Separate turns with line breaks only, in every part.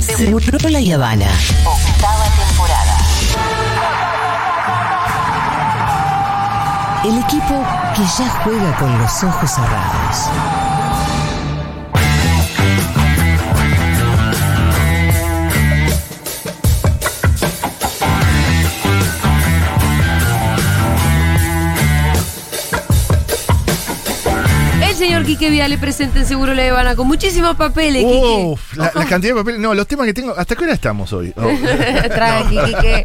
Segurola y Habana.
Octava temporada.
El equipo que ya juega con los ojos cerrados.
El señor Quique Viale presente en Seguro La Habana con muchísimos papeles,
Uf, la, la cantidad de papeles. No, los temas que tengo. ¿Hasta qué hora estamos hoy? Oh.
Quique. Tranqui, Quique.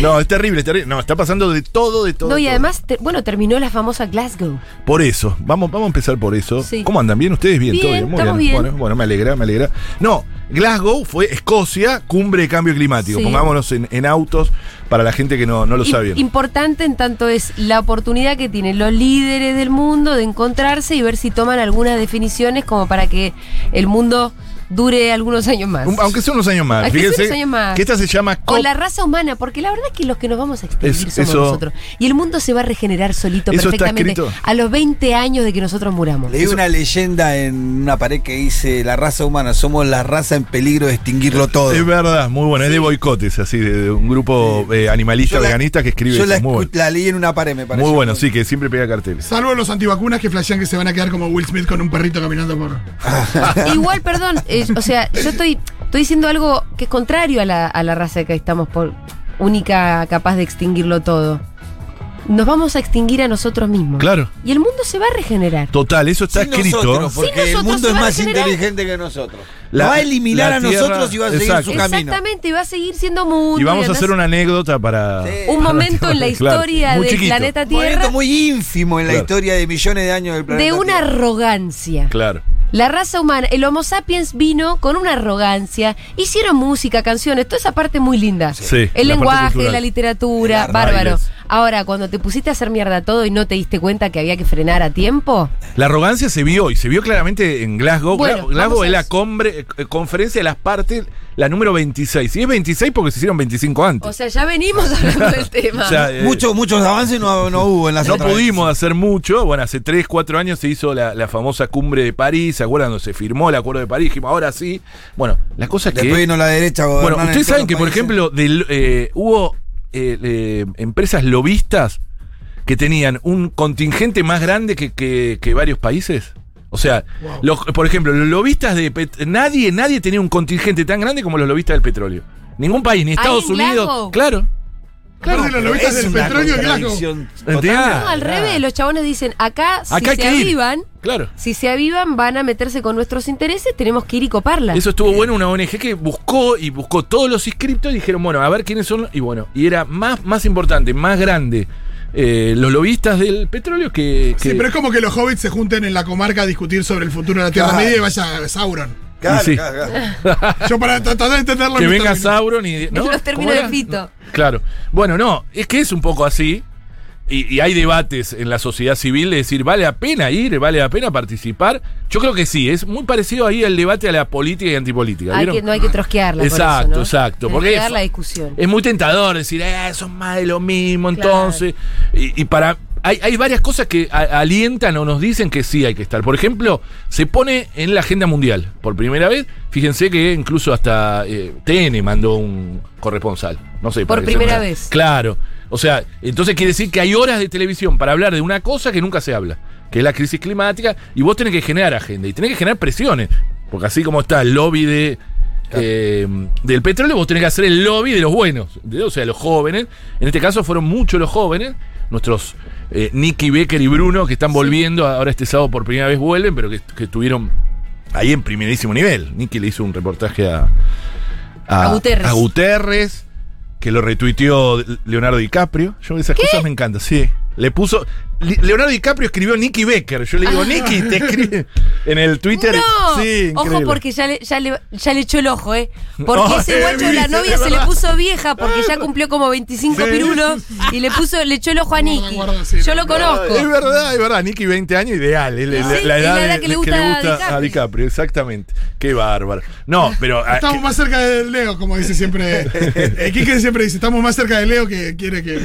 No, es terrible, es terrible. No, está pasando de todo, de todo.
No,
de
y
todo.
además, te- bueno, terminó la famosa Glasgow.
Por eso, vamos, vamos a empezar por eso.
Sí.
¿Cómo andan? ¿Bien ustedes? Bien,
Bien,
todo bien. Muy
estamos bien.
Bueno, bueno, me alegra, me alegra. No, Glasgow fue Escocia, cumbre de cambio climático.
Sí.
Pongámonos en, en autos para la gente que no, no lo
Im-
sabe. bien.
Importante en tanto es la oportunidad que tienen los líderes del mundo de encontrarse y ver si toman algunas definiciones como para que el mundo dure algunos años más.
Un- Aunque son unos años más.
Aunque sea
Fíjense
unos años más.
que esta se llama
o
COP.
la raza humana, porque la verdad es que los que nos vamos a extinguir
Es-
somos
eso-
nosotros. Y el mundo se va a regenerar solito
Eso está
perfectamente
escrito.
a los 20 años de que nosotros muramos.
Leí una leyenda en una pared que dice, la raza humana, somos la raza en peligro de extinguirlo todo.
Es verdad, muy bueno. Es de boicotes, así, de, de un grupo eh, animalista
Yo la-
veganista que escribe
Yo
eso.
la,
muy
escu-
bueno.
la leí en una pared, me parece.
Muy bueno, sí, que siempre pega carteles.
Salvo los antivacunas que flashean que se van a quedar como Will Smith con un perrito caminando por.
Igual, perdón, eh, o sea, yo estoy, estoy diciendo algo que es contrario a la, a la raza que estamos por única capaz de extinguirlo todo. Nos vamos a extinguir a nosotros mismos.
Claro.
Y el mundo se va a regenerar.
Total, eso está
Sin
escrito.
nosotros,
Sin
porque
nosotros
el
se
mundo es
va a
más
generar-
inteligente que nosotros.
La-
Lo va a eliminar
la
a
tierra-
nosotros y va a seguir
exacto.
su camino.
Exactamente, y va a seguir siendo mundo.
Y vamos a
andás-
hacer una anécdota para.
Sí.
un
para-
momento en la
claro,
historia
muy
del
chiquito.
planeta
Un movimiento
Tierra
muy ínfimo en la
Claro.
historia de millones de años del planeta.
de una
Tierra.
arrogancia.
Claro.
La raza humana, el Homo sapiens vino con una arrogancia, hicieron música, canciones, toda esa parte muy linda.
Sí,
el
la parte
lenguaje,
cultural.
la literatura,
Bailes.
bárbaro. Ahora, cuando te pusiste a hacer mierda todo y no te diste cuenta que había que frenar a tiempo,
La arrogancia se vio y se vio claramente en Glasgow.
Bueno,
Gla- Glasgow
vamos a
es la
eso.
combre- eh, conferencia de las partes, la número 26. Y es 26 porque se hicieron 25 antes.
o sea, ya venimos hablando del tema.
O sea, eh,
Muchos, muchos avances no, no hubo en las
no
otras veces.
pudimos hacer mucho. Bueno, hace 3, 4 años se hizo la, la famosa cumbre de París. ¿Se acuerdan cuando se firmó el acuerdo de París? Dijimos, ahora sí. Bueno, la cosa es que.
Después vino la derecha a gobernar
Bueno,
en
ustedes
todos
saben
los
que, por
países.
ejemplo, del- eh, hubo eh, eh, empresas lobistas que tenían un contingente más grande que, que- que varios países. O sea, los- por ejemplo, los lobistas de pet- nadie, nadie tenía un contingente tan grande como los lobistas del petróleo. Ningún país, ni Estados
en
Unidos.
Glasgow?
Claro.
Claro, los
Pero es
lobistas del
una
petróleo y Glasgow.
contradicción
¿Entendés?
total.
No, al revés, los chabones dicen, acá si
ah, Acá hay
se
que ir.
avivan,
Claro.
si se avivan van a meterse con nuestros intereses, tenemos que ir y coparla.
Eso estuvo bueno, una ONG que buscó y buscó todos los inscriptos y dijeron, bueno, a ver quiénes son. Y bueno, y era más, más importante, más grande eh, los lobistas del petróleo que. que
Sí, pero es como que los hobbits se junten en la comarca a discutir sobre el futuro de la Tierra
Claro.
Media y vaya Sauron.
Claro,
Y sí.
claro, claro.
Yo para tratar de entenderlo.
que
no
venga
termino.
Sauron y. ¿no?
los términos
¿Cómo era?
de Fito.
Claro. Bueno, no, es que es un poco así. Y, y hay debates en la sociedad civil de decir, ¿vale la pena ir? ¿Vale la pena participar? Yo creo que sí, es muy parecido ahí al debate a la política y antipolítica.
Hay
¿vieron?
que, no hay que trosquearla. por eso,
Exacto,
¿no?
exacto,
Tenés
porque
que
es-
dar la discusión.
Es muy tentador decir, eh, son más de lo mismo,
Claro.
entonces. Y, y para. Hay, hay varias cosas que a- alientan o nos dicen que sí hay que estar. Por ejemplo, se pone en la agenda mundial por primera vez. Fíjense que incluso hasta eh, TN mandó un corresponsal. No sé.
Por
para que
primera
se-
vez.
Claro. O sea, entonces quiere decir que hay horas de televisión para hablar de una cosa que nunca se habla, que es la crisis climática, y vos tenés que generar agenda y tenés que generar presiones. Porque así como está el lobby de, eh, del petróleo, vos tenés que hacer el lobby de los buenos, de- o sea, los jóvenes. En este caso fueron muchos los jóvenes, nuestros eh, Nicky Becker y Bruno, que están volviendo, ahora este sábado por primera vez vuelven, pero que, que estuvieron ahí en primerísimo nivel. Nicky le hizo un reportaje a,
A Guterres.
a Guterres, que lo retuiteó Leonardo DiCaprio. Yo esas cosas me encantan, sí. Le puso. Li- Leonardo DiCaprio escribió Nicky Becker. Yo le digo, Nicky, te escribe en el Twitter.
Ah. No,
Sí,
ojo
increíble.
porque ya le, ya, le, ya le echó el ojo, ¿eh? Porque
No,
ese
eh,
guacho, la
viviste,
novia
de
se le
verdad.
puso vieja porque ya cumplió como 25
Sí.
pirulos y le puso le echó el ojo a
Guarda,
Nicky.
guarda, sí,
Yo lo
no,
Es
conozco.
verdad, es verdad. Nicky, 20 años, ideal. Es la,
Sí,
la
es la
edad,
edad
de-
que le gusta a DiCaprio.
a DiCaprio, exactamente. Qué bárbaro. No, pero. ah,
Estamos más cerca de Leo, como dice siempre. eh, Quique siempre dice, estamos más cerca de Leo que quiere que.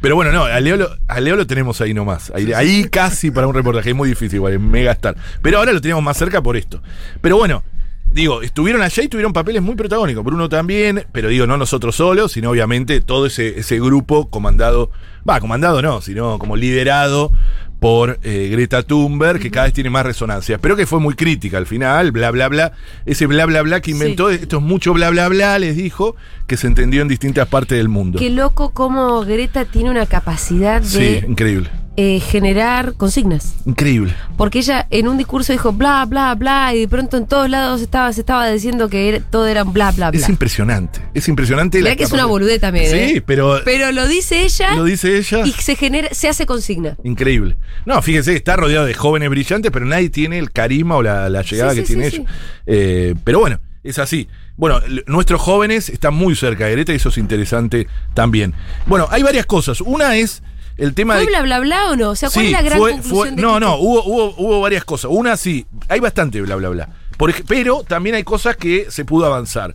Pero bueno, no, a Leo, lo, a Leo lo tenemos ahí nomás. Ahí, ahí casi para un reportaje. Es muy difícil, igual, es mega estar. Pero ahora lo tenemos más cerca por esto. Pero bueno, digo, estuvieron allá y tuvieron papeles muy protagónicos. Bruno también, pero digo, no nosotros solos, sino obviamente todo ese, ese grupo comandado, va, comandado no, sino como liderado por eh, Greta Thunberg, que cada vez tiene más resonancia, pero que fue muy crítica al final, bla, bla, bla. Ese bla, bla, bla que inventó, esto es mucho bla, bla, bla, les dijo, que se entendió en distintas partes del mundo.
Qué loco como Greta tiene una capacidad de
Sí, increíble,
eh, generar consignas.
increíble.
Porque ella en un discurso dijo bla, bla, bla, y de pronto en todos lados estaba, se estaba diciendo que era- todo era un bla, bla, bla.
Es impresionante, es impresionante.
Mirá
la
que es
capacidad-
una boludez también.
Sí,
¿eh?
pero,
Pero lo dice ella
lo dice ella.
y se genera, se hace consigna.
Increíble. No, fíjense, está rodeado de jóvenes brillantes, pero nadie tiene el carisma o la, la llegada
Sí,
que
sí,
tiene
sí,
ella. Eh, pero bueno, es así. Bueno, l- nuestros jóvenes están muy cerca de Greta y eso es interesante también. Bueno, hay varias cosas. Una es el tema
¿Fue
de.
bla, bla, bla o no? O sea, ¿cuál
Sí,
es la gran
fue-
conclusión
fue-
de
no,
que-
no, hubo, hubo, hubo varias cosas. Una sí, hay bastante bla, bla, bla. Por ej- pero también hay cosas que se pudo avanzar.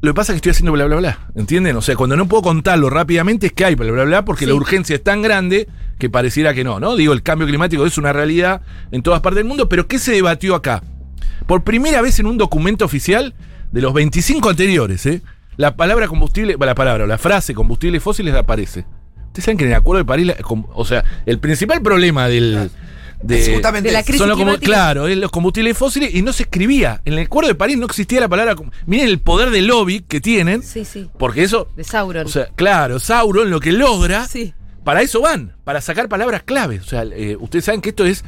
Lo que pasa es que estoy haciendo bla, bla, bla. ¿Entienden? O sea, cuando no puedo contarlo rápidamente es que hay bla, bla, bla, porque
Sí.
la urgencia es tan grande que pareciera que no, ¿no? Digo, el cambio climático es una realidad en todas partes del mundo, pero ¿qué se debatió acá? Por primera vez en un documento oficial de los 25 anteriores, ¿eh? La palabra combustible, la palabra, la frase combustibles fósiles aparece. Ustedes saben que en el Acuerdo de París, la- com- o sea, el principal problema del... de-
Es justamente
de la
eso.
crisis
son los combu-
climática.
claro, es los combustibles fósiles y no se escribía. En el Acuerdo de París no existía la palabra. com- Miren el poder de lobby que tienen.
Sí, sí.
Porque eso.
De Sauron. Ah,
O sea, claro, Sauron lo que logra.
sí.
Para eso van, para sacar palabras clave. O sea, eh, ustedes saben que esto es.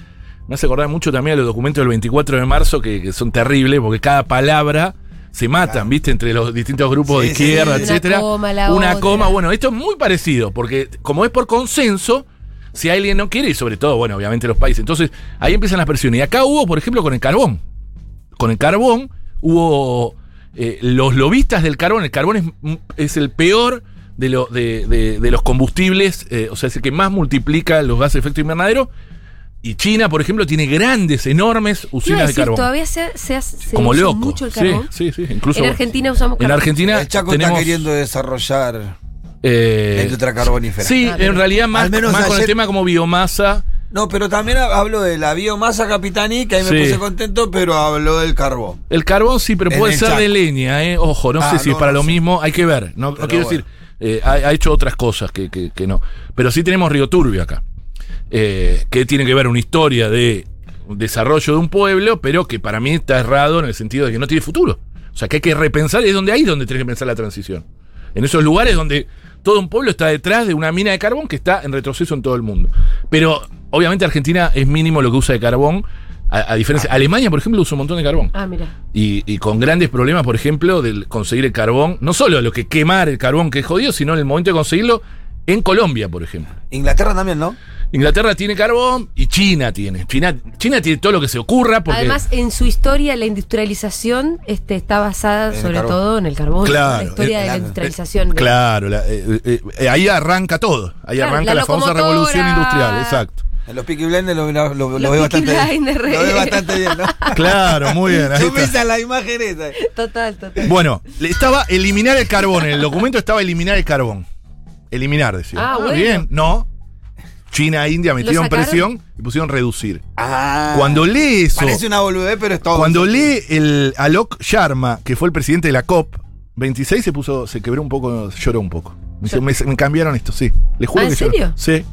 Me hace acordar mucho también a los documentos del 24 de marzo que, que son terribles porque cada palabra se matan, ¿viste? Entre los distintos grupos de
Sí, sí,
izquierda,
sí.
Una
etcétera.
coma, la
Una
otra.
coma, bueno, esto es muy parecido porque como es por consenso, si alguien no quiere, y sobre todo, bueno, obviamente los países. Entonces, ahí empiezan las presiones. Y acá hubo, por ejemplo, con el carbón con el carbón, hubo eh, los lobistas del carbón. El carbón es, es el peor de, lo- de- de- de los combustibles, eh, o sea, es el que más multiplica los gases de efecto invernadero. Y China, por ejemplo, tiene grandes, enormes
Iba
usinas
a
de
decir,
carbón.
todavía se, se hace se
como
usa
loco.
mucho el
Sí,
carbón.
sí, sí, Incluso
En Argentina usamos
en
carbón.
Argentina
El Chaco
tenemos,
está queriendo desarrollar
eh,
la industria carbonífera.
Sí,
Ah,
en
pero-
realidad más,
Al menos
más con el
ayer-
tema como biomasa.
No, pero también ha- hablo de la biomasa capitaní, que ahí
Sí.
me puse contento, pero habló del carbón.
El carbón sí, pero
En
puede
el
ser de
Chaco.
leña, ¿eh? Ojo, no
Ah,
sé si
no,
es para
no
lo
sé.
mismo. Hay que ver. No, no
Pero
quiero
bueno.
decir, eh, ha, ha hecho otras cosas que, que- que no. Pero sí tenemos Río Turbio acá. eh, que tiene que ver una historia de desarrollo de un pueblo, pero que para mí está errado en el sentido de que no tiene futuro. O sea, que hay que repensar, es donde hay donde tenés que pensar la transición. En esos lugares donde todo un pueblo está detrás de una mina de carbón que está en retroceso en todo el mundo. Pero obviamente Argentina es mínimo lo que usa de carbón. A, a diferencia, Alemania, por ejemplo, usa un montón de carbón
Ah, mira.
y, y con grandes problemas, por ejemplo, del conseguir el carbón, no solo lo que quemar el carbón que es jodido, sino en el momento de conseguirlo en Colombia, por ejemplo.
Inglaterra también, ¿no?
Inglaterra tiene carbón y China tiene. China, China tiene todo lo que se ocurra porque eh,
Además, en su historia, la industrialización este, está basada
En el
sobre
carbón.
todo en el carbón.
Claro,
La historia
eh,
de la
claro.
industrialización. de-
Claro, la- eh, eh, eh, ahí arranca todo. Ahí
Claro,
arranca
la
la, famosa
locomotora.
revolución industrial, exacto.
En los Peaky Blinders lo, lo- lo
Los
veo
Peaky
bastante
Blinders,
bien.
re.
Lo veo bastante bien, ¿no?
Claro, muy bien. ahí
Yo
está.
pensé en la imagen esa.
Total, total.
Bueno, le estaba eliminar el carbón. En el documento estaba eliminar el carbón. Eliminar, decía.
Ah, bueno.
Bien, no. China e India metieron
sacaron?
presión y pusieron reducir.
Ah,
Cuando lee eso,
Parece una boludez, pero es todo.
cuando lee el Alok Sharma, que fue el presidente de la COP 26, se puso, se quebró un poco, lloró un poco. Me, dice, "Me- me cambiaron esto, sí. Le juro
¿Ah, en
que lloró".
serio?
Sí.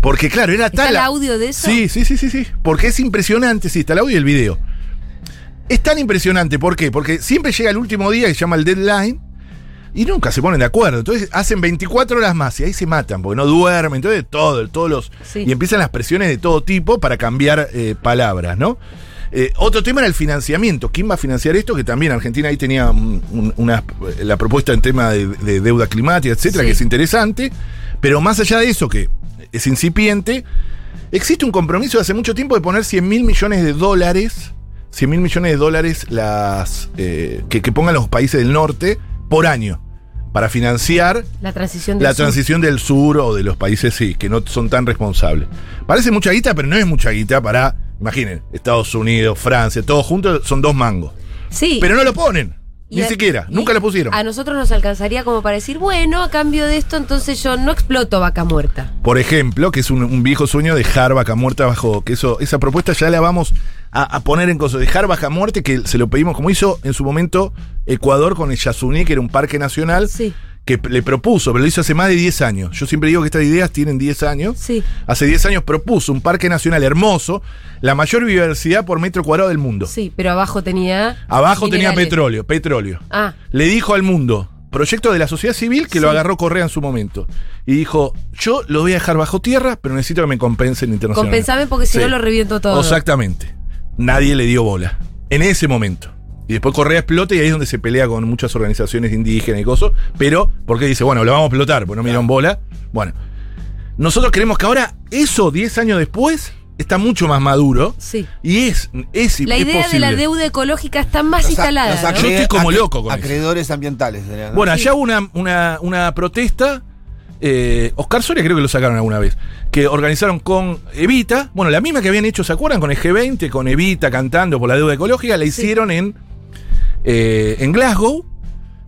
Porque claro, era
¿Está
tal.
el audio de eso?
Sí, sí, sí, sí, sí. Porque es impresionante, sí, está el audio y el video. Es tan impresionante, ¿por qué? Porque siempre llega el último día que se llama el deadline y nunca se ponen de acuerdo. Entonces hacen 24 horas más y ahí se matan porque no duermen. Entonces todo, todos los.
Sí.
Y empiezan las presiones de todo tipo para cambiar eh, palabras, ¿no? Eh, otro tema era el financiamiento. ¿Quién va a financiar esto? Que también Argentina ahí tenía un- un- una, la propuesta en tema de, de deuda climática, etcétera,
Sí.
que es interesante. Pero más allá de eso, que es incipiente, existe un compromiso de hace mucho tiempo de poner 100 mil millones de dólares, 100 mil millones de dólares las, eh, que, que pongan los países del norte por año para financiar
La transición de
la transición del sur o de los países, sí, que no son tan responsables. Parece mucha guita, pero no es mucha guita para, imaginen, Estados Unidos, Francia, todos juntos son dos mangos.
Sí.
Pero no lo ponen,
Y
ni
a-
siquiera,
y
nunca lo pusieron.
A nosotros nos alcanzaría como para decir, bueno, a cambio de esto, entonces yo no exploto vaca muerta.
Por ejemplo, que es un, un viejo sueño dejar vaca muerta bajo, que eso, esa propuesta ya la vamos a, a poner en cosas, dejar baja muerte, que se lo pedimos, como hizo en su momento Ecuador con el Yasuní, que era un parque nacional,
Sí.
que p- le propuso, pero lo hizo hace más de 10 años. Yo siempre digo que estas ideas tienen 10 años.
Sí.
Hace 10 años propuso un parque nacional hermoso, la mayor biodiversidad por metro cuadrado del mundo.
Sí, pero abajo tenía.
Abajo tenía
minerales.
petróleo, petróleo.
Ah,
Le dijo al mundo, proyecto de la sociedad civil que lo
Sí.
agarró Correa en su momento. Y dijo, yo lo voy a dejar bajo tierra, pero necesito que me compensen internacionalmente.
compensame porque si
Sí.
no lo reviento todo.
Exactamente. Nadie le dio bola. En ese momento. Y después Correa explota y ahí es donde se pelea con muchas organizaciones indígenas y cosas. Pero, porque dice, bueno, lo vamos a explotar, pues no me dieron bola. Bueno. Nosotros creemos que ahora, eso 10 años después, está mucho más maduro.
Sí.
Y es, es,
La
es
idea de la
posible.
deuda ecológica está más
Los a-
instalada.
los
¿no?
Yo estoy como loco con eso.
Acreedores ambientales. sería, ¿no?
Bueno, allá hubo una, una, una protesta. eh, Oscar Soria creo que lo sacaron alguna vez. Que organizaron con Evita. Bueno, la misma que habían hecho, ¿se acuerdan? Con el G20, con Evita cantando por la deuda ecológica. La hicieron en, eh, en Glasgow.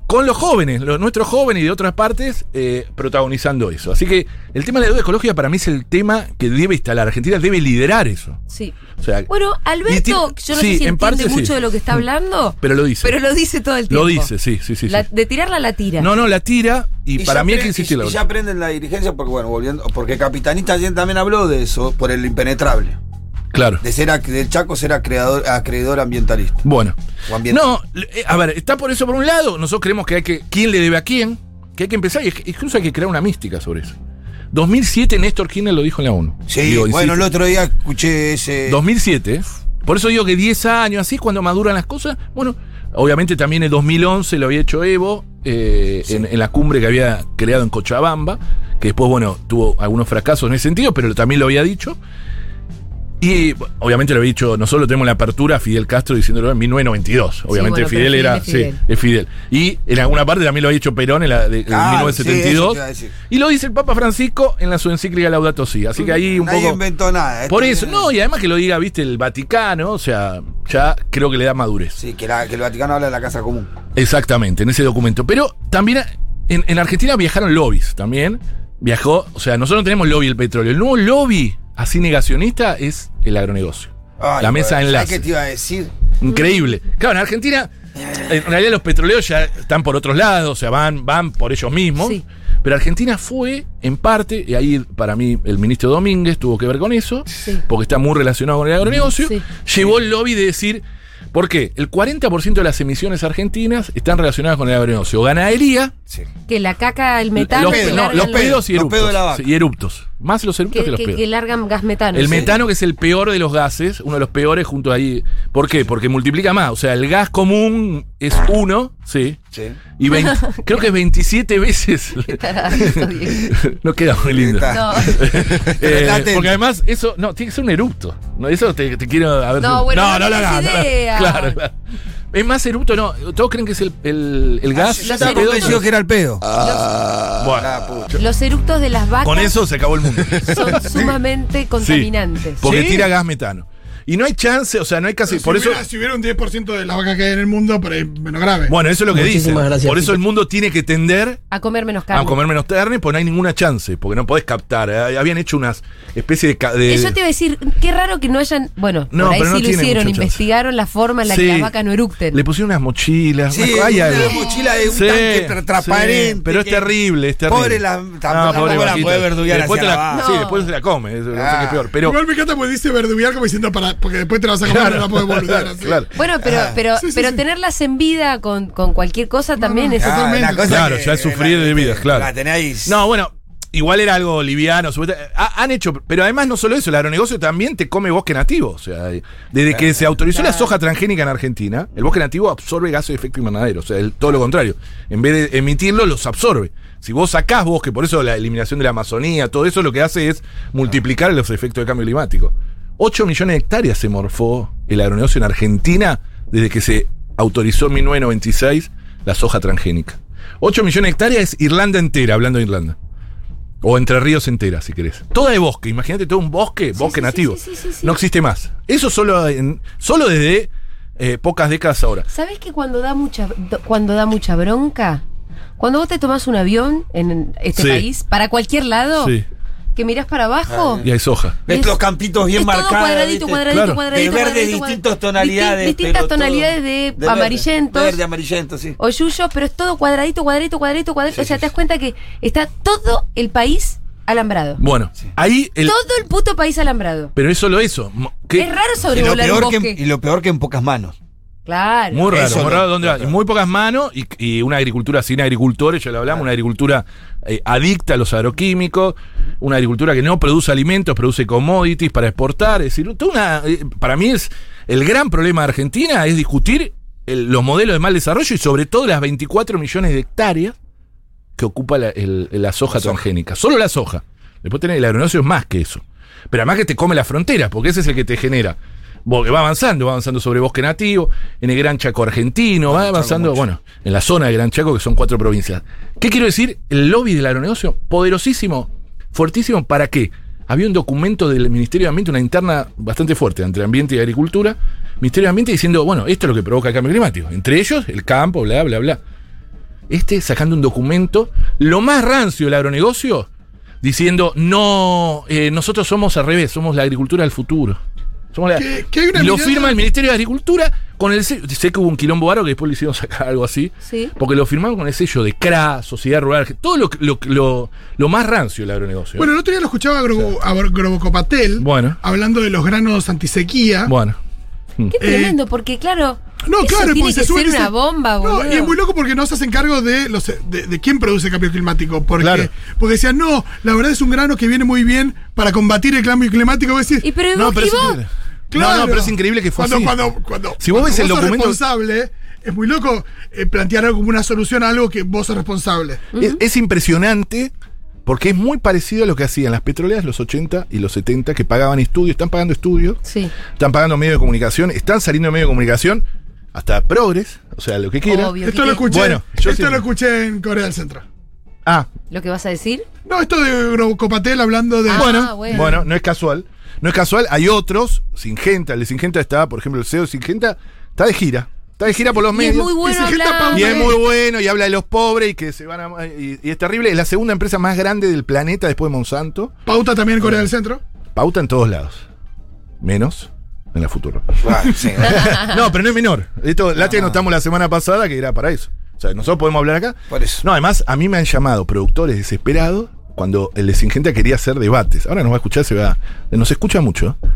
Con los jóvenes, los, nuestros jóvenes y de otras partes, eh, protagonizando eso. Así que el tema de la deuda ecológica para mí es el tema que debe instalar. Argentina debe liderar eso.
Sí.
O sea,
Bueno,
Y tiene-
Alberto, yo no sé
sí,
si
en
entiende
parte sí.
mucho de lo que está hablando,
pero lo dice.
pero lo dice todo el tiempo.
Lo dice, sí, sí, sí. sí.
La- de tirarla la tira.
No, no, la tira y,
Y
para
ya
mí hay
pre-
que insistirlo.
Y, y ya aprenden la dirigencia, porque bueno, volviendo, porque Capitanista ayer también habló de eso, por el impenetrable.
Claro.
De ser ac- del Chaco ser acreedor, acreedor ambientalista.
Bueno.
O ambiental.
No, eh, a ver, está por eso por un lado. Nosotros creemos que hay que. ¿Quién le debe a quién? Que hay que empezar. Y es- incluso hay que crear una mística sobre eso. 2007 Néstor Kirchner lo dijo en la ONU.
Sí,
Digo,
bueno,
insisto,
el otro día escuché ese.
2007. Por eso digo que 10 años así, cuando maduran las cosas. Bueno, obviamente también el 2011 lo había hecho Evo eh, en, en la cumbre que había creado en Cochabamba. Que después, bueno, tuvo algunos fracasos en ese sentido, pero también lo había dicho. Y bueno, obviamente lo he dicho, nosotros tenemos la apertura a Fidel Castro diciéndolo en 1992. Obviamente
bueno, pero
Fidel
Fidel
era.
es Fidel.
Sí, es Fidel. Y en alguna parte también lo ha dicho Perón en, la de, en
Claro,
1972.
Ah, sí, eso te iba a decir.
y lo dice el Papa Francisco en la su encíclica Laudato Si. Así que ahí un
Nadie
poco.
inventó nada.
Por
Esto
eso, no, y además que lo diga, viste, el Vaticano, o sea, ya creo que le da madurez.
Sí, que, la- que el Vaticano habla de la Casa Común.
Exactamente, en ese documento. Pero también en, en Argentina viajaron lobbies también. Viajó, o sea, nosotros no tenemos lobby del petróleo. El nuevo lobby, así negacionista, es el agronegocio.
Ay,
la mesa de
joder, ¿sabés
enlace.
¿Qué te iba a decir?
Increíble. Claro, en Argentina, en realidad los petroleros ya están por otros lados, o sea, van, van por ellos mismos.
Sí.
Pero Argentina fue, en parte, y ahí para mí el ministro Domínguez tuvo que ver con eso,
Sí.
porque está muy relacionado con el agronegocio,
Sí.
llevó el lobby de decir, ¿por qué? El 40% de las emisiones argentinas están relacionadas con el agronegocio. Ganadería,
Sí.
Que la caca, el metano.
los,
pedos,
que
no,
largan
los
los-
pedos y
los
eruptos.
pedos de la vaca.
y eruptos. Más los eruptos
Que,
que, los
que-
pedos.
que largan gas metano.
El
sí.
metano, que es el peor de los gases, uno de los peores junto ahí. ¿Por qué? Porque multiplica más. O sea, el gas común es uno, sí.
Sí.
Y 20 creo que es 27 veces.
Tarado, Diego.
no queda muy lindo.
Está-
No,
Eh,
Está atento.
porque además, eso, no, tiene que ser un erupto. No, eso te, te quiero. a ver-
No, bueno,
no,
no
no, no,
tenés
no, no.
idea.
Claro, claro. Es más erupto, no. Todos creen que es el, el,
Ah,
el gas.
Yo
el
estaba
pedo.
convencido que era el pedo.
Ah.
Ah,
Bueno,
La puta.
los eructos de las vacas
con eso se acabó el mundo.
son sumamente contaminantes.
Porque
Sí.
tira gas metano. Y no hay chance, o sea, no hay casi.
si,
por eso.
hubiera, si hubiera un 10% de las vacas que hay en el mundo, pero es menos grave.
Bueno, eso es lo que dice.
Muchísimas gracias,
Por eso
Pipe.
el mundo tiene que tender
A comer menos
a
carne.
comer menos carne, porque no hay ninguna chance, porque no podés captar. Eh, Habían hecho unas especie de. ca- de-
Eso Eh, te iba a decir, qué raro que no hayan. Bueno,
Eh, No,
por ahí
pero no
sí lo
tiene
hicieron,
mucho chance.
investigaron la forma en la
Sí.
que las vacas no eructen.
Le pusieron unas mochilas.
Sí,
unas co- hay
una
algo.
mochila de un
Sí,
tanque tra-
sí,
transparente
pero es
que-
terrible, es terrible.
Pobre la- tampoco- tampoco la
vaquita.
puede verduguear
Después
hacia
te
la vaca. Ah.
Sí,
No.
después se la come. eso no sé qué es peor. Pero.
Igual me encanta porque dice verdubiar como diciendo para. Porque después te la vas a comer y no la puedes volver. así.
Claro.
Bueno, pero,
Ah,
pero,
Sí, sí,
pero
sí.
tenerlas en vida con, con cualquier cosa también es.
Ah, una cosa
Claro,
que-
ya es sufrir de vidas, claro.
La tenéis.
No, bueno, igual era algo liviano. supuesta- ha- han hecho, pero además no solo eso, el agronegocio también te come bosque nativo. O sea, desde que se autorizó la soja transgénica en Argentina, el bosque nativo absorbe gases de efecto invernadero. O sea, el- todo lo contrario. En vez de emitirlo, los absorbe. Si vos sacás bosque, por eso la eliminación de la Amazonía, todo eso lo que hace es multiplicar los efectos de cambio climático. 8 millones de hectáreas se morfó el agronegocio en Argentina desde que se autorizó en 1996 la soja transgénica. 8 millones de hectáreas es Irlanda entera, hablando de Irlanda. O Entre Ríos entera, si querés. Toda de bosque, imagínate todo un bosque, bosque
sí,
nativo.
sí, sí, sí, sí.
No existe más. Eso solo, en- solo desde eh, pocas décadas ahora.
¿Sabés que cuando da mucha do- cuando da mucha bronca? Cuando vos te tomás un avión en este
Sí.
país, para cualquier lado, que mirás para abajo.
Ah, Y hay soja.
Ves
Es-
los campitos bien
es todo
marcados.
cuadradito,
¿viste?
cuadradito,
Claro.
cuadradito,
de verdes
cuadradito,
distintas
cuadradito.
tonalidades.
Disti- distintas
pero todo
tonalidades de,
verde,
amarillentos.
Verde, amarillento, sí.
o yuyos, pero es todo cuadradito, cuadradito, cuadradito, cuadradito.
Sí,
o sea,
sí,
te das
sí.
cuenta que está todo el país alambrado.
Bueno, ahí el.
Todo el puto país alambrado.
Pero es solo eso. mo- que-
Es raro
Y lo,
sobrevolar un
peor que,
bosque.
en- y lo peor que en pocas manos.
Claro.
Muy raro,
Eso
muy
no-
raro, ¿dónde
no,
va? Y
claro.
Muy pocas manos y, y una agricultura sin agricultores, ya lo hablamos, una agricultura eh, adicta a los agroquímicos, una agricultura que no produce alimentos, produce commodities para exportar. Es decir, toda una, eh, para mí es el gran problema de Argentina es discutir el- los modelos de mal desarrollo y sobre todo las 24 millones de hectáreas que ocupa la, el- la soja transgénica. Solo la soja. Después tenés el agronegocio es más que eso. Pero además que te come las fronteras, porque ese es el que te genera. Bo- que Va avanzando, va avanzando sobre bosque nativo, en el Gran Chaco argentino, va avanzando, bueno, en la zona de Gran Chaco, que son cuatro provincias. ¿Qué quiero decir? El lobby del agronegocio, poderosísimo, fuertísimo, ¿para qué? Había un documento del Ministerio de Ambiente, una interna bastante fuerte entre Ambiente y Agricultura, Ministerio de Ambiente diciendo, bueno, esto es lo que provoca el cambio climático. Entre ellos, el campo, bla, bla, bla este sacando un documento, lo más rancio del agronegocio, diciendo, no, eh, nosotros somos al revés, somos la agricultura del futuro. Somos la-
Que- que hay una
Y lo
mirada-
firma el Ministerio de Agricultura con el sello, sé que hubo un quilombo varo que después le hicieron sacar algo así,
Sí.
porque lo firmaron con el sello de CRA, Sociedad Rural, que todo lo, lo, lo- lo más rancio del agronegocio.
Bueno, el otro día lo escuchaba a Grobo- a Grobocopatel
Bueno.
hablando de los granos antisequía.
Bueno.
Qué
Eh,
tremendo, porque claro.
No,
eso
claro,
tiene
porque
que
se suben
ser
y se-
una bomba,
No,
boludo.
y es muy loco porque no se hacen cargo de los de, de quién produce el cambio climático. Porque,
Claro.
porque decían, no, la verdad es un grano que viene muy bien para combatir el cambio climático. Vos decís,
Y pero, ¿y
No,
vos-
pero
y
es
vos?
increíble. No, no, pero es increíble que fue
cuando,
así.
Cuando, cuando,
Si vos
cuando
ves el
sos
documento-
responsable, es muy loco eh, plantear algo como una solución a algo que vos sos responsable.
Es, E es impresionante porque es muy parecido a lo que hacían las petroleras los 80 y los 70 que pagaban estudios, están pagando estudios.
Sí,
Están pagando medios de comunicación, están saliendo de medios de comunicación, hasta progres, o sea, lo que quieran.
Obvio.
Esto lo escuché,
Bueno, yo
esto
sí.
lo escuché en Corea del Centro.
Ah,
lo que vas a decir.
No, esto de Grobocopatel hablando de.
Ah,
bueno,
bueno.
bueno, no es casual. No es casual, hay otros, Singenta, el de Singenta está, por ejemplo, el CEO de Singenta, está de gira. Está de gira por los
Y es
medios.
muy bueno ¿eh?
Esa gente
hablar.
Y es muy bueno, y habla de los pobres y que se van a. Y, y es terrible. Es la segunda empresa más grande del planeta después de Monsanto.
Pauta también en Corea del Centro.
Pauta en todos lados. Menos en la futuro.
Ah, sí.
no, pero no es menor. Esto, la que notamos la semana pasada que era para eso. O sea, nosotros podemos hablar acá.
Por eso.
No, además, a mí me han llamado productores desesperados cuando el de Singenta quería hacer debates. Ahora nos va a escuchar, se va. Nos escucha mucho. ¿eh?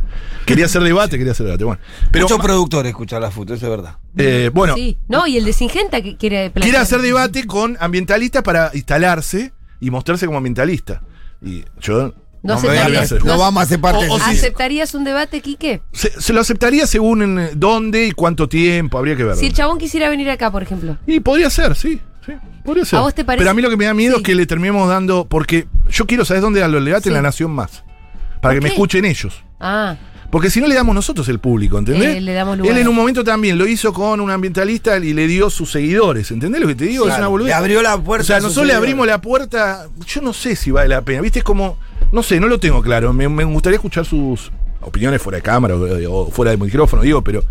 Quería hacer debate, quería hacer debate. Bueno, pero.
Muchos productores escuchan la foto, eso es verdad.
eh, bueno,
Sí. No, y el de Singenta que quiere
quiere
plantear.
hacer debate con ambientalistas para instalarse y mostrarse como ambientalista. Y yo.
No
me voy a
aceptaría.
hacer.
No vamos a hacer parte
O- o
de-
sí.
¿Aceptarías un debate, Quique?
Se, se lo aceptaría según en dónde y cuánto tiempo, habría que verlo.
Si el chabón quisiera venir acá, por ejemplo.
Y podría ser, sí. sí, podría ser.
¿A vos te parece?
Pero a mí lo que me da miedo
Sí.
es que le terminemos dando. Porque yo quiero, ¿sabes dónde? A los debates en
Sí.
la Nación Más. Para que me
qué?
escuchen ellos.
Ah,
Porque si no le damos nosotros el público, ¿entendés?
Eh, le damos lugar.
Él en un momento también lo hizo con un ambientalista y le dio sus seguidores. ¿Entendés lo que te digo? es una
Claro,
boludez.
le abrió la puerta
O sea,
a sus
nosotros le
seguidores.
abrimos la puerta. Yo no sé si vale la pena. ¿Viste? Es como. No sé, no lo tengo claro. Me, me gustaría escuchar sus opiniones fuera de cámara o, o fuera de micrófono, digo, pero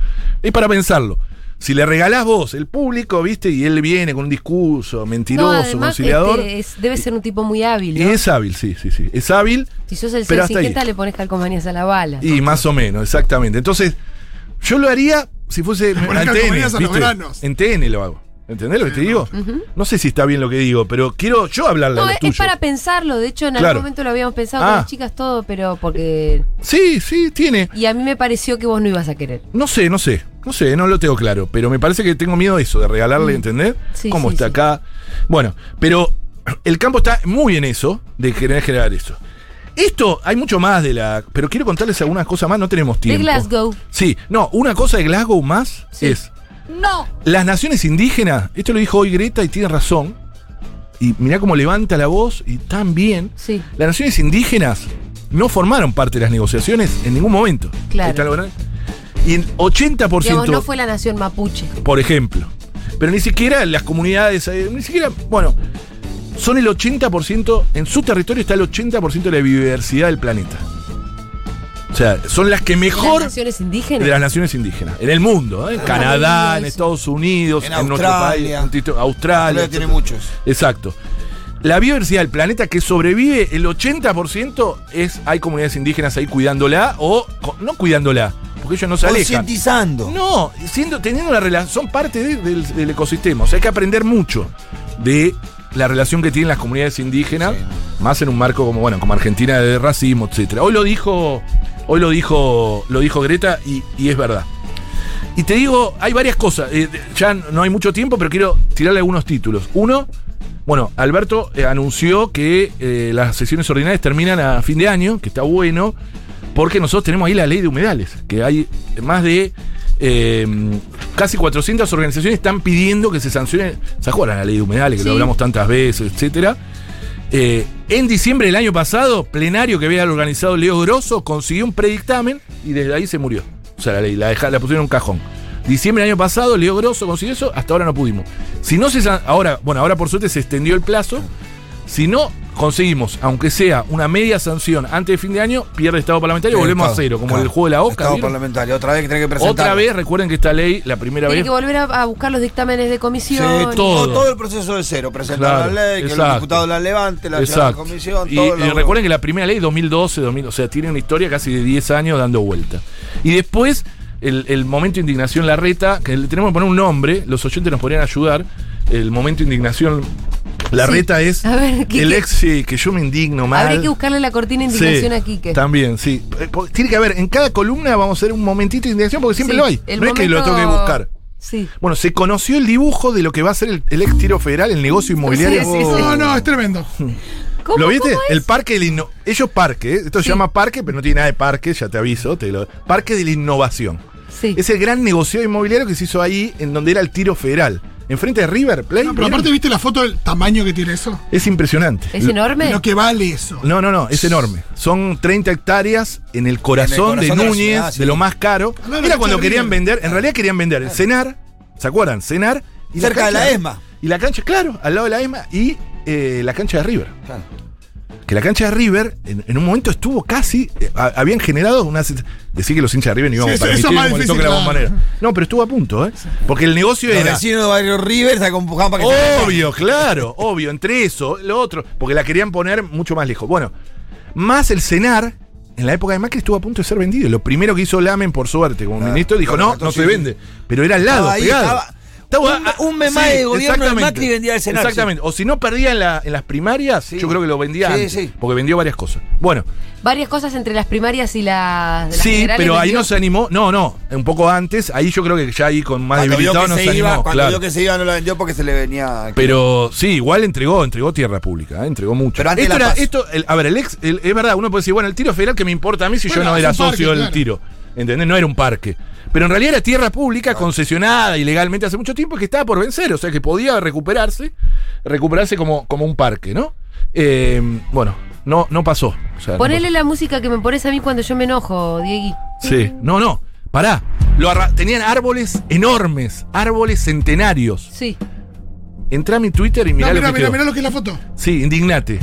es para pensarlo. Si le regalás vos el público, ¿viste? Y él viene con un discurso
no,
mentiroso,
además
conciliador.
este, es- debe ser un tipo muy hábil.
Y
¿no?
es hábil, sí, sí, sí. Es hábil.
si sos el
pero hasta ahí.
Singenta, le pones calcomanías a la bala.
Y más o menos, exactamente. Entonces, yo lo haría si fuese en
pones
TN,
calcomanías a los
¿viste?
granos.
En TN lo hago. ¿Entendés lo que te digo? No sé si está bien lo que digo, pero quiero yo hablarle
No,
a los
es, es
tuyos.
para pensarlo. De hecho, en
Claro.
algún momento lo habíamos pensado
Ah.
con las chicas todo, pero porque.
Sí, sí, tiene.
Y a mí me pareció que vos no ibas a querer.
No sé, no sé. No sé, no lo tengo claro. Pero me parece que tengo miedo de eso, de
Mm.
regalarle, ¿entendés?
Sí,
Cómo
sí,
está
sí.
acá. Bueno, pero el campo está muy en eso, de querer generar eso. Esto, hay mucho más de la. Pero quiero contarles algunas cosas más, no tenemos tiempo.
Glasgow.
Sí, no, una cosa de Glasgow más
Sí.
es.
¡No!
Las naciones indígenas, esto lo dijo hoy Greta y tiene razón. Y mirá cómo levanta la voz y tan bien.
Sí.
Las naciones indígenas no formaron parte de las negociaciones en ningún momento.
Claro.
Ahí está lo gran- Y el 80%,
Digamos, no fue la nación mapuche.
por ejemplo. Pero ni siquiera las comunidades, eh, ni siquiera, bueno, son el 80%, en su territorio está el 80% de la biodiversidad del planeta. O sea, son las que mejor
Las naciones
de
indígenas.
las naciones indígenas, en el mundo, ¿eh? en Canadá, en
eso.
Estados Unidos, en,
En
nuestro país,
Australia.
en Tito- Australia.
Australia tiene
etcétera.
muchos.
Exacto. la biodiversidad del planeta que sobrevive, el 80% es hay comunidades indígenas ahí cuidándola o co- no cuidándola, porque ellos no se alejan.
Concientizando.
No, siendo, teniendo una relación, son parte de- del, del ecosistema. O sea, hay que aprender mucho de la relación que tienen las comunidades indígenas, más en un marco como, bueno, como Argentina de racismo, etcétera. Hoy lo dijo, hoy lo dijo, lo dijo Greta y, y es verdad. Y te digo, hay varias cosas. Eh, de- ya no hay mucho tiempo, pero quiero tirarle algunos títulos. Uno, bueno, Alberto eh, anunció que eh, las sesiones ordinarias terminan a fin de año, que está bueno, porque nosotros tenemos ahí la ley de humedales, que hay más de eh, casi 400 organizaciones están pidiendo que se sancione. ¿Se acuerdan la ley de humedales, que lo
Sí.
hablamos tantas veces, etcétera? Eh, en diciembre del año pasado, plenario que había organizado Leo Grosso consiguió un predictamen y desde ahí se murió. O sea, la ley, la, deja- la pusieron en un cajón. Diciembre del año pasado, Leo Grosso consiguió eso, hasta ahora no pudimos. Si no se. san- Ahora, bueno, ahora por suerte se extendió el plazo. Si no conseguimos, aunque sea una media sanción antes de fin de año, pierde estado parlamentario y volvemos a cero, como
Claro.
el juego de la OCA.
Estado
¿vieron?
parlamentario, otra vez que tenés que presentar.
Otra vez, recuerden que esta ley, la primera
Tiene
vez.
que volver a, a buscar los dictámenes de comisión.
Sí, todo.
Todo el proceso de cero. Presentar
Claro,
la ley, que
exacto.
los diputados la levanten, la llevan a la
Exacto.
comisión,
y,
todo
y recuerden que la primera ley 2012, 2000, o sea, tiene una historia casi de 10 años dando vuelta. Y después, el, el momento de indignación Larreta, que le tenemos que poner un nombre, los oyentes nos podrían ayudar. El momento de indignación Larreta es
A ver, ¿qué-
el
qué-
ex sí, que yo me indigno mal.
Habría que buscarle la cortina de indignación
Sí,
a Quique.
También, sí. Eh, po- Tiene que haber, en cada columna vamos a hacer un momentito de indignación porque siempre
Sí,
lo hay. No
el
es que lo
momento-
tengo que buscar.
Sí.
Bueno, se conoció el dibujo de lo que va a ser el, el ex tiro federal, el negocio inmobiliario.
Sí, sí, sí.
No, no, es tremendo.
¿Cómo,
¿Lo viste?
cómo es?
El parque del inno- Ellos parque, ¿eh? esto se
Sí.
llama parque, pero no tiene nada de parque, ya te aviso. Te lo... Parque de la innovación.
Sí.
Es el gran negocio inmobiliario que se hizo ahí, en donde era el tiro federal. Enfrente de River Plate.
No, pero
¿vieron?
aparte, ¿viste la foto del tamaño que tiene eso?
es impresionante.
¿Es
Lo-
enorme?
Lo que vale eso.
No, no, no, es enorme. Son 30 hectáreas en el corazón,
En el
de
corazón de la
Núñez, de,
ciudad, sí.
lo más caro.
Al lado de la
Era
cancha
cuando
de
querían
River.
vender, en realidad querían vender el cenar, ¿se acuerdan? Cenar.
Cerca de la
cancha-
ESMA.
Y la cancha, claro, al lado de la ESMA y eh, la cancha de River.
Claro.
Que la cancha de River en, en un momento estuvo casi. eh, a- habían generado una. sens- Decir que los hinchas de River no íbamos
Sí,
a
eso- eso
permitir
es más
como le
difícil,
toque la
claro.
bombonera. No, pero estuvo a punto, ¿eh? Porque el negocio
Los
era.
vecinos de Barrio River se empujaban para que se
Obvio, claro, obvio, entre eso, lo otro, porque la querían poner mucho más lejos. Bueno, más el cenar, en la época de Macri estuvo a punto de ser vendido. Lo primero que hizo Lamen, por suerte, como
Claro,
ministro, dijo,
claro,
no, no
entonces
se
sí.
vende. Pero era al lado,
Estaba ahí,
pegado.
estaba- un-
ah,
un memá de gobierno de
exactamente.
Macri vendía el cenar,
Exactamente. O si no perdía en, la- en las primarias,
Sí.
yo creo que lo vendía
Sí,
antes,
sí.
porque vendió varias cosas. Bueno,
Varias cosas entre las primarias y las. de las
sí,
generales,
pero ahí
digo.
no se animó. No, no, un poco antes, ahí yo creo que ya ahí con más
Cuando vio
debilitado
que
no
se
se
iba,
animó.
cuando
claro.
vio que se iba no la vendió porque se le venía.
Pero sí, igual entregó, entregó tierra pública, ¿eh? entregó mucho.
Pero antes
esto
la
era,
paz.
esto, el- a ver, el ex, el- es verdad, uno puede decir, bueno, el tiro federal que me importa a mí si yo
Bueno,
no
es
era
un parque,
socio del
claro.
tiro. ¿Entendés? No era un parque. Pero en realidad era tierra pública concesionada ilegalmente hace mucho tiempo que estaba por vencer, o sea que podía recuperarse, recuperarse como, como un parque, ¿no? Eh, bueno, no, no pasó. o sea, no
Ponele la música que me pones a mí cuando yo me enojo, Diegui.
Sí. No, no. Pará. Lo arra- tenían árboles enormes, árboles centenarios.
Sí.
Entrá a mi Twitter y mirá
No,
lo
mira,
que
mira,
quedó.
mira lo que es la foto.
Sí, indignate.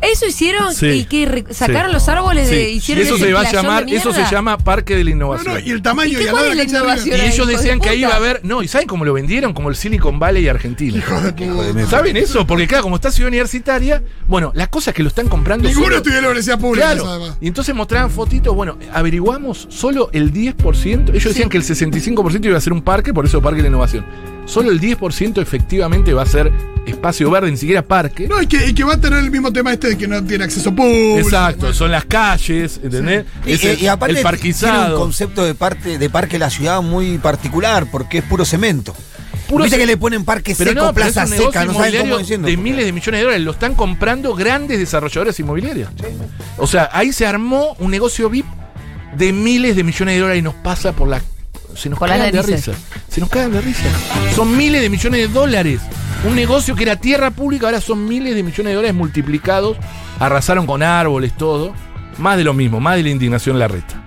Eso hicieron
Sí.
y que re- sacaron
Sí.
los árboles de.
Sí.
Hicieron
eso
ese
se va a
playón de
llamar, eso se
mierda.
llama Parque de la
No,
Innovación.
no, y el tamaño
¿Y
y,
qué
al lado de
cuál
la
es la
cancha
Y
de River.
innovación?
ellos
hijo de
decían que ahí
puta.
iba a haber, no, y saben cómo lo vendieron como el Silicon Valley y Argentina.
Hijo de puta.
¿Saben eso? Porque claro, como está ciudad universitaria, bueno, las cosas que lo están comprando
Ninguno
solo-
estudió en la universidad pública, eso,
Claro.
además.
Y entonces mostraban fotitos, bueno, averiguamos solo el 10%, ellos decían que el 65% iba a ser un parque, por eso Parque de la Innovación. Solo el 10% efectivamente va a ser espacio verde, ni siquiera parque.
No, y que, y que va a tener el mismo tema este de que no tiene acceso público.
Exacto, son las calles, ¿entendés?
Y,
Es el-
y aparte
el
tiene un
parquizado.
concepto de parte de parque de la ciudad muy particular porque es puro cemento.
Puro
Viste
ce-
que le ponen parque
Pero
seco,
no, pero es
plaza
un negocio
seca, no saben
inmobiliario
cómo diciendo.
De miles de millones de dólares. Lo están comprando grandes desarrolladores inmobiliarios. O sea, ahí se armó un negocio VIP de miles de millones de dólares y nos pasa por la. Se nos
Por las
cagan de
narices.
risa. Se nos cagan de risa. Son miles de millones de dólares. Un negocio que era tierra pública, ahora son miles de millones de dólares multiplicados. Arrasaron con árboles, todo. Más de lo mismo, más de la indignación la reta.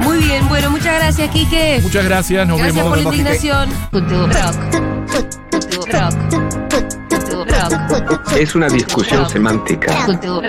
Muy bien, bueno, muchas gracias, Quique.
Muchas gracias, nos
gracias
vemos.
por la indignación.
Tutu Rock. Tutu Rock. Tutu Rock.
Es una discusión semántica.
Tutu Rock.